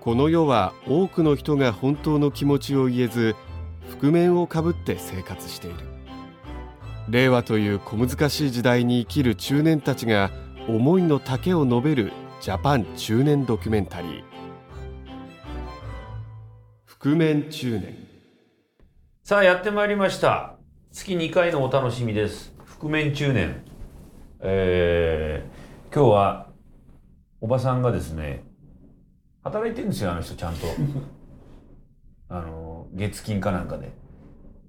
この世は多くの人が本当の気持ちを言えず覆面をかぶって生活している令和という小難しい時代に生きる中年たちが思いの丈を述べるジャパン中年ドキュメンタリー覆面中年さあやってまいりました月2回のお楽しみです覆面中年えー、今日はおばさんがですね働いてるんですよあの人ちゃんと あの月金かなんかで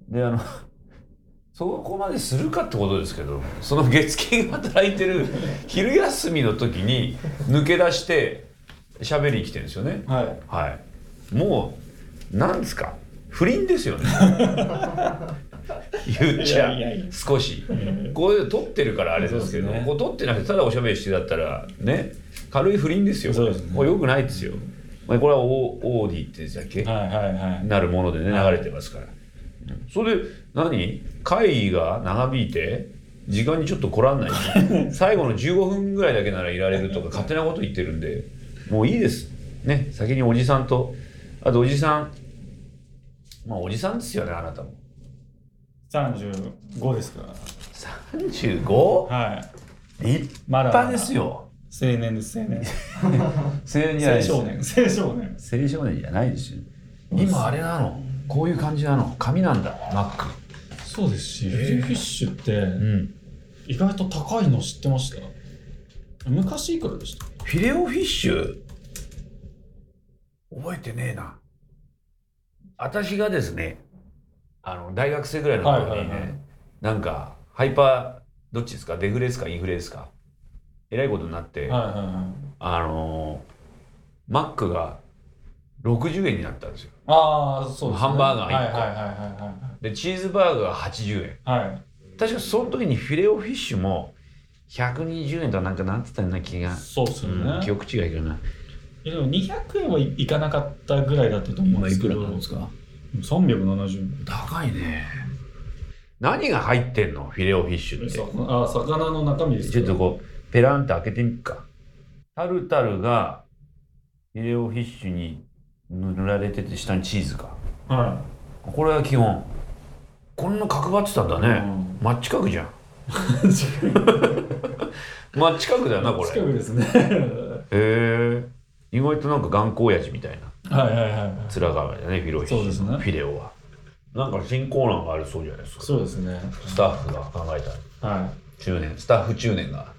であのそこまでするかってことですけどその月金働いてる昼休みの時に抜け出して喋りに来てるんですよねはい。はいもうなんですか不倫です よね言っちゃいやいやいや少しこういうの撮ってるからあれですけどそうですねこう撮ってなくてただおしゃべりしてだったらね軽い不倫ですよそうですねこれよくないですよまあこれはオオーディってやつだっけはいはいはい。なるものでねは流いれてますから、うんそれで何会議が長引いて時間にちょっと来らん ない最後の15分ぐらいだけならいられる とか勝手なこと言ってるんでもういいですね先におじさんとあとおじさんまあおじさんですよねあなたも三十五ですから。 35はい。立まだまだ派ですよ青年です青年。青年じゃないで青す少年。青少年。青少年じゃないですよ今あれなのこういう感じなの紙なんだマックそうですし、フィッシュうってん意外と高いの知ってました。昔いくらでした？フィレオフィッシュ覚えてねえな私がですねあの大学生ぐらいの頃にね、はいはいはいなんかハイパーどっちですかデフレですかインフレですかえらいことになって、はいはいはい。あのーマックが60円になったんですよああそうです、ね。ハンバーガー一個はいはいはいでチーズバーガーが80円はいはい。はい。確かその時にフィレオフィッシュも120円とかなんかなんつったような気が、そうですようねん。記憶違いかなえでも二百円はいいかなかったぐらいだったと思うんですけど。か三百七十円。高いね何が入ってんのフィレオフィッシュってああ魚の中身ですちけょっど。とこうペランと開けてみっかタルタルがフィレオフィッシュに塗られてて下にチーズかはこれが基本こんな角張ってたんだい。ね、マッチ角 じゃんうん。近くマッチ角だよなこれ近くへですね。え意外となんか頑固親父みたいなはいはいはいはい。面構えだねフィレオフィッシュそうですねフィレオはなんか新コーナーがあるそうじゃないですかそうですね。スタッフが考えたは中年スタッフ中年が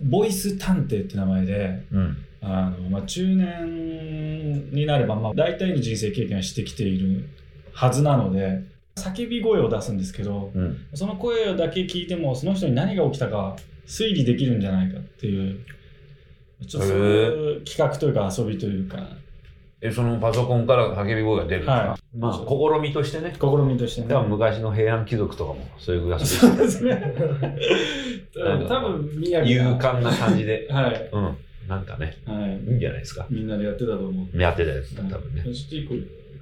い。ボイス探偵って名前で、うんあのまあ、中年になれば、まあ、大体の人生経験はしてきているはずなので、叫び声を出すんですけど、うんその声だけ聞いても、その人に何が起きたか推理できるんじゃないかっていう、ちょっとそういう企画というか遊びというか、えそのパソコンから叫び声が出るんですか、はまあ試みとしてね試みとしてね。多分昔の平安貴族とかもそういう暮らし そうですね。なんか多分宮城勇が敢な感じではい。 うんなんかねはいいいんじゃないですかみんなでやってたと思う。やってたやつだ多分ねちょっと一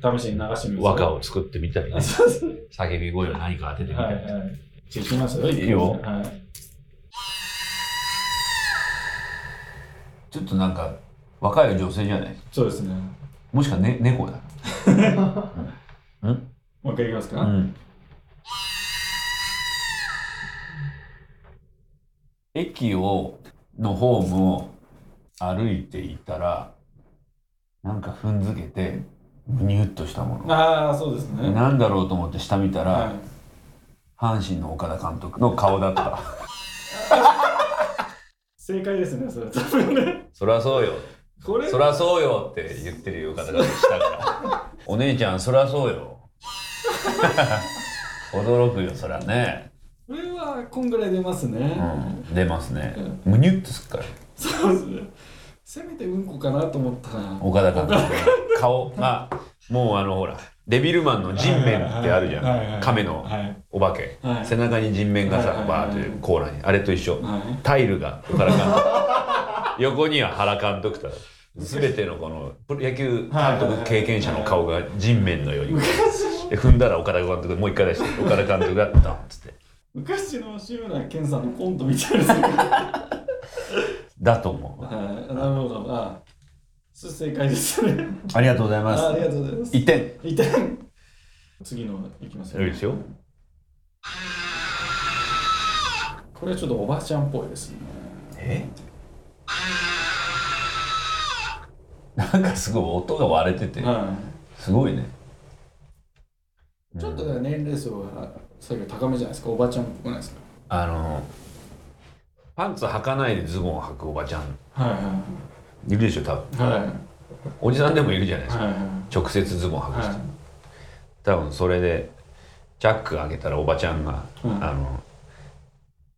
個試しに流してみます。和歌を作ってみたりねあ。そうそう。叫び声を何か当ててみはたいはり、い。じゃあ行きますよ。いいよはい。ちょっとなんか若い女性じゃないそうですね。もしかね猫だうんもう一回いきますうか。ん駅をのホームを歩いていたらなんか踏んづけてニュッとしたものああ、そうですね。なんだろうと思って下見たら、は阪神の岡田監督の顔だったい。正解ですね、それ。多分ね。 そりゃそうよこれ、そりゃそうよって言ってるよ岡田監督したから お姉ちゃんそりゃそう よ驚くよそりゃね、これはこんぐらい出ますうね。ん、出ますねむにゅっとすっからそうですね。せめてうんこかなと思ったら。岡田監督の顔がもうあのほらデビルマンの人面ってあるじはいはいゃはんい亀のはい。お化けはい背中に人面がさはいはいはいバーッというコーラにあれと一緒はい。タイルが岡田監督横には原監督と全てのこのプロ野球監督経験者の顔が人面のように昔ので踏んだら岡田監督もう一回出して岡田監督がドンっつって昔の志村けんさんのコントみたいですね。だと思うはい、なるほど。あそう正解ですね。ありがとうございまああすりがとうございます。 1点一点。次のいきますいいよ。ですよこれはちょっとおばあちゃんっぽいですね。えなんかすごい音が割れててはすごいねい。ちょっとね年齢層が最後高めじゃないですか。おばあちゃんっぽくないですか。あのパンツ履かないでズボンを履くおばちゃんはいはいるでしょ多分いはいおじさんでもいるじゃないですかはい直接ズボン履く人、はい多分それでジャック開けたらおばちゃんが、うんあの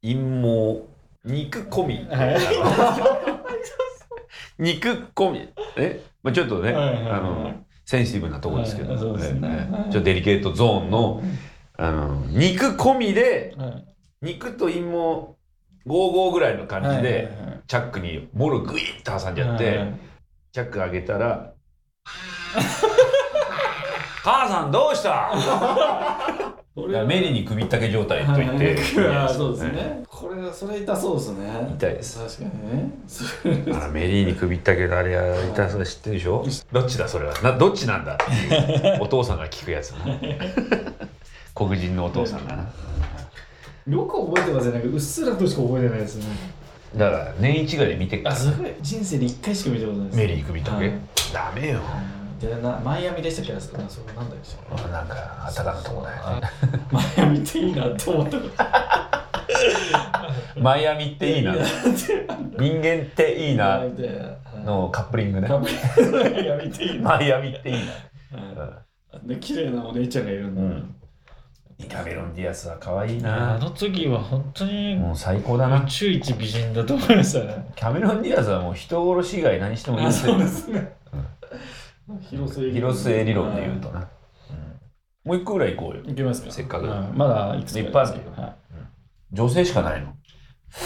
陰謀肉込み、肉込みえ、まあ、ちょっとね、はいはいはいあのセンシティブなところですけど、はいそうですねええはいちょっとデリケートゾーンのあの肉込みではいはい。肉と陰謀55ぐらいの感じで、はいチャックにもろグイッと挟んじゃって、はいはいチャック開けたら「母さんどう した?」こいれやはメリーに首ったけ状態と言って、はいあーそうですね。これそれ痛そうですね。痛いです確かにね。それあらメリーに首ったけのあれや痛そう知ってるでしょどっちだそれはなどっちなんだっていうお父さんが聞くやつな黒人のお父さんがなよく覚えてますよね。うっすらとしか覚えてないですね。だから年一ぐらい見てっかあ、らすごい。人生で一回しか見たことないです。メリー首ったけ、はいダメよでなマイアミでしたっけあそこなんだっけなんか暖かなとこだよねあマイアミっていいなって思ったことっマイアミっていいな人間っていいなみたいなのカップリングねカップマイアミっていいな、マイアミっていいはな、い、あんな綺麗なお姉ちゃんがいるんだ、うんイカメロンディアスは可愛いあなの次は本当にもう最高だな宇宙一美人だと思いましたねキャメロン・ディアスはもう人殺し以外何しても許あせそうでるすね広末広末理論で言うとな、うんもう一個ぐらい行こうよいけますかせっかくはいまだいくつかいっぱいあるけどはい女性しかないの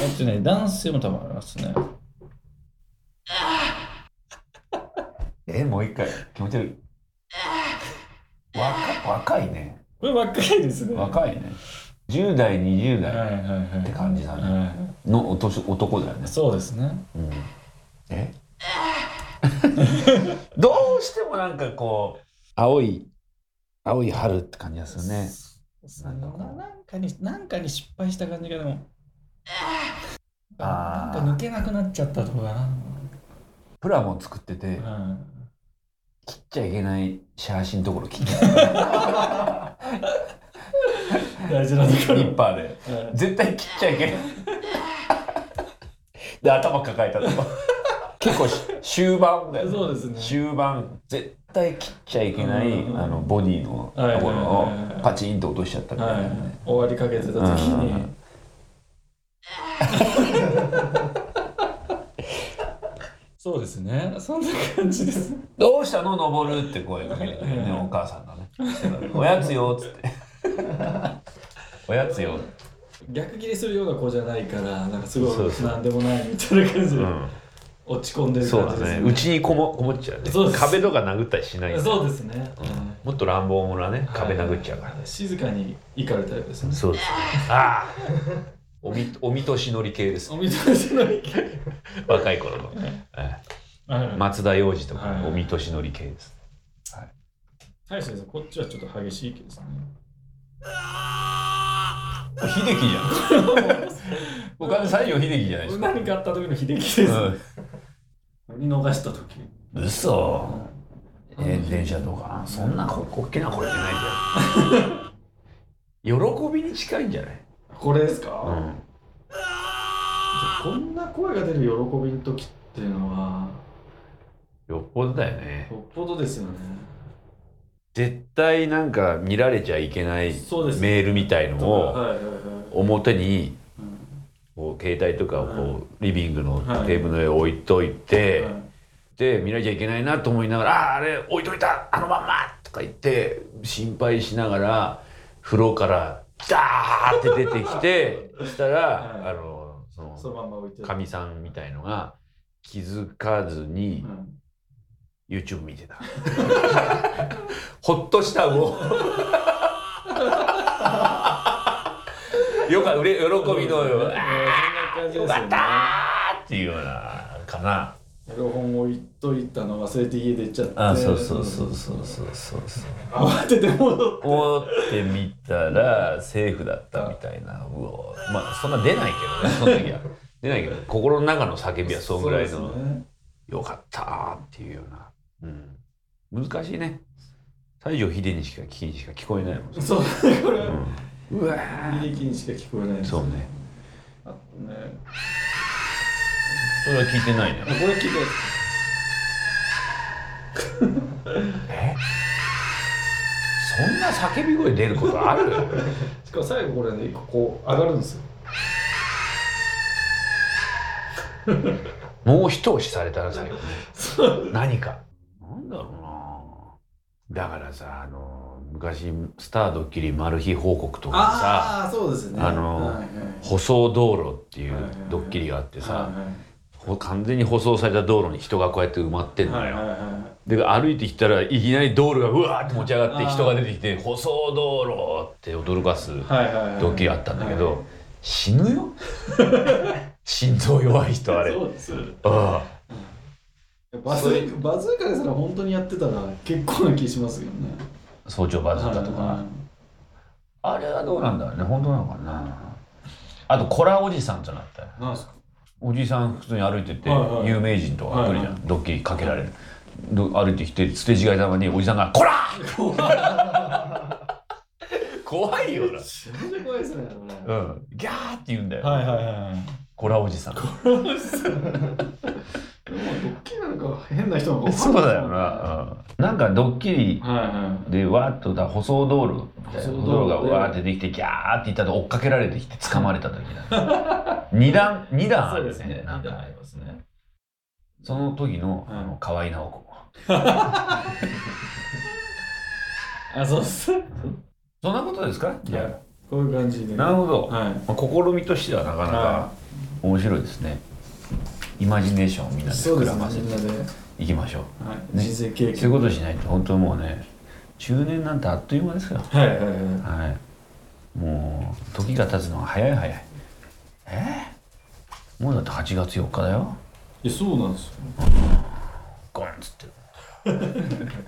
えっとね男性も多分ありますねえもう一回気持ち悪い若若いねこれ若いですね若いね10代20はい代はいはいって感じだねはいのお年男だよね、そうですね。うん、え どうしてもなんかこう青い青い春って感じがするねなんかこうなんかに、なんかに失敗した感じがでも。あなんーか抜けなくなっちゃったとかな。プラモ作っててうん切っちゃいけないシャーシのところ切っ 大事なとこニ ろ。ッパーでうん絶対切っちゃいけない で頭抱えたとこ結構し終盤だよそうですね終盤絶対切っちゃいけない、うんあのボディのとこはいはいろはいはをいパチンと落としちゃったみたいなね、はい。終わりかけてた時うにん。そうですね。そんな感じです。どうしたの登るって声かけてくれるねうんお母さんがねおやつよっつって おやつよ、逆切れするような子じゃないから、なんかすそごういそうなんでもないみたいな感じうでん、落ち込んでるそう感だじですねうちにこもこもっちゃうねそうです壁とか殴ったりしないんだよそうですね。うんもっと乱暴者はね壁殴っちゃうから、静かに怒るタイプですね。そうですね。ああ。おみ、おみとしのり系です。お見通しの意見。若い頃の。ええ松田洋二とかは、いおみとしのり系です。大将ですこっちはちょっと激しい系 ですね。秀樹じゃん。僕は西洋秀樹じゃないですか。何かあった時の秀樹です。見逃した時。うん。嘘。えー、電車とか、そんなこ、こっけな声じゃないじゃん。喜びに近いんじゃない。これですうか、ん。こんな声が出る喜びの時っていうのは、よっぽどだよね。よっぽどですよね。絶対なんか見られちゃいけないそうですメールみたいのを。はいはいはい。表にうこんう携帯とかをはこうリビングのはいテーブルの上に置いといて、はいで見なきゃいけないなと思いながら「ああーあれ置いといたあのまんま!」とか言って心配しながら風呂からダーって出てき てそしたら、はいあのそそののまんま置いてる。かみさんみたいのが気づかずにうん YouTube 見てた。 ほっとしたも うよかうれ喜びのそうよですねそんな感じですよよかねったーっていうようなかな。エロ本置いといたの忘れて家出ちゃってあそうそうそうそうそうそうそう慌てて戻って折ってみたらセーフだったみたいなうおまあそんな出ないけどねその 時は出ないけど心の中の叫びはそうぐらいの、そうですねよかったーっていうような、うん、難しいね西城秀にしか聞にしか聞こえないもん、そうこれうはん、うわ履歴にしか聞こえないんですそうねあとねそれは聞いてないねこれ聞いてないえ そんな叫び声出ることあるしかも最後これね一個こう上がるんですよ もう一押しされたら最後ね何かなんだろうなだからさあの昔スタードッキリマル秘報告とかさ ああそうですねあのはいはい舗装道路っていうドッキリがあってさ、ほ完全に舗装された道路に人がこうやって埋まってんのよ、はいはいはで歩いてきたらいきなり道路がうわーって持ち上がってあー人が出てきて舗装道路って驚かすいはいはいはいドッキリあったんだけど、死ぬよ 心臓弱い人あれそうですあバズそうーいバズーカですら本当にやってたら結構な気しますよねあ早朝バズったとか、はいあれはどうなんだろうね本当なのかなあとコラおじさんとなったよなんすかおじさん普通に歩いてて、はいはい有名人とか来るじゃん、はいはドッキリかけられる、ど歩いてきて捨て違いたまにおじさんが「こら!」怖いよなめちゃめちゃ怖いですねこれうん、ギャーって言うんだよ、はいはい はいコラおじさんもうドッキリなのか変な人なのかそうだよはな、うん、なんかドッキリいはいでわーっとだ舗装道路みたいな舗舗装装道道路路でがわーってできてギャーっていったと追っかけられてきて捕まれた時だ 二段二段あそうるでよすねね二段ありますねその時のうんあの河合直子あそうっすそんなことですかいやこういう感じでなるほど、はまあ、試みとしてはなかなかは面白いですねイマジネーションをみんないでそう膨でらすねませみんなてでいきましょうはい人生経そうい験うことしないと本当もうね中年なんてあっという間ですよはいはいはいはいもう時が経つのが早い早いえー、もうだって8月4日だよいやそうなんですよゴンっつって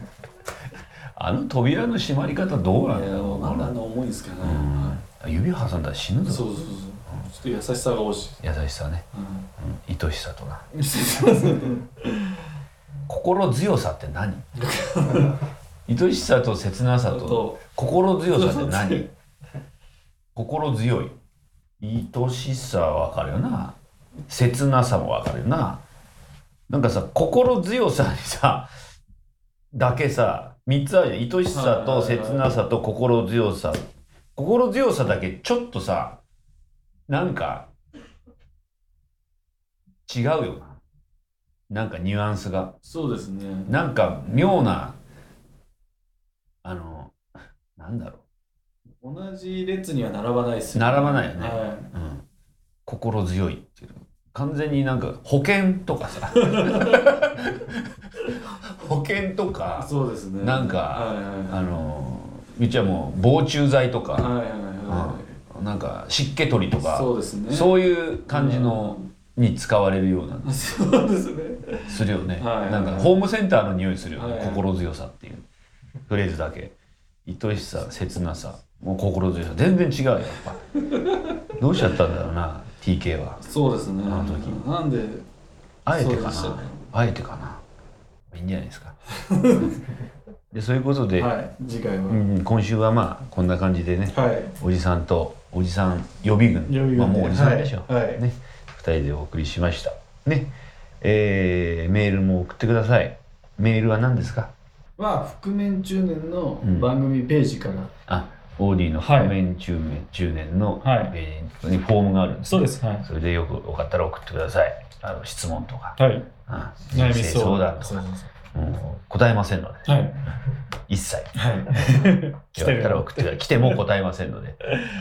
あの扉の閉まり方どうなんだいやろうまだあの重いですかねうん指挟んだら死ぬぞそうそうそうちょっと優しさが欲しい優しさね、うん、愛しさとな心強さって 何愛しさと切なさとと心強さって心何心強強いい愛しさは分かるよな切なさも分かるよななんかさ心強さにさだけさ3つあるじゃん愛しさと切なさと心強さ心強さだけちょっとさなんか違うよななんかニュアンスが。そうですねなんか妙な、あの、なんだろ同じ列には並ばないですう、よ並ばないよね。はうん、心強いっていう。完全になんか保険とか さ、保険といか、そうですねなんかはいはあいの、うちはもう防虫剤とか、はいはいはなんか湿気取りといはいか、そうですねそういう感じのに使われるようなうん そうですねするよね、はいなんかホームセンターの匂いするよね、はい心強さっていうフレーズだけ愛しさ切なさもう心強さ全然違うよやっぱどうしちゃったんだろうな TK はそうですねあの時なんであえてそうかでしたなねあえてかないいんじゃないです かでそういうことで、はい次回はうん、今週はまあこんな感じでねはいおじさんとおじさん予備軍予備軍でまあ、もうおじさんでしょ、はいはいね、2人でお送りしましたねえーメールも送ってくださいメールは何ですかは覆面中年の番組ページからあオーディのはい覆面中年,、中年のペはいージにフォームがあるんです、そうですはいそれでよくよかったら送ってくださいあの質問とか、はいあ悩み人生相相談談とかもう答えませんのではい一切 はい来てよかるったら送ってください来ても答えませんの で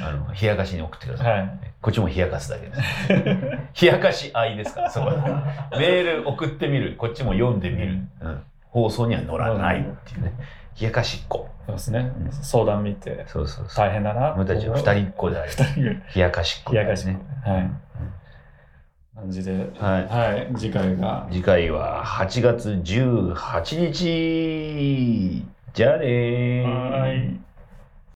あの冷やかしに送ってください、はいこっちも冷やかすだけです。 冷やかし愛ですから、そこ はメール送ってみる、こっちも読んでみる。うん、放送には乗らないっていうね。冷やかしっ子。そうですねうん相談見てそうそうそう。大変だな俺たちは二人っ子であり、二人冷やかしっ子、冷やかしね。はい感じで、はいはい、次回が。次回は8月18日じゃあねーはい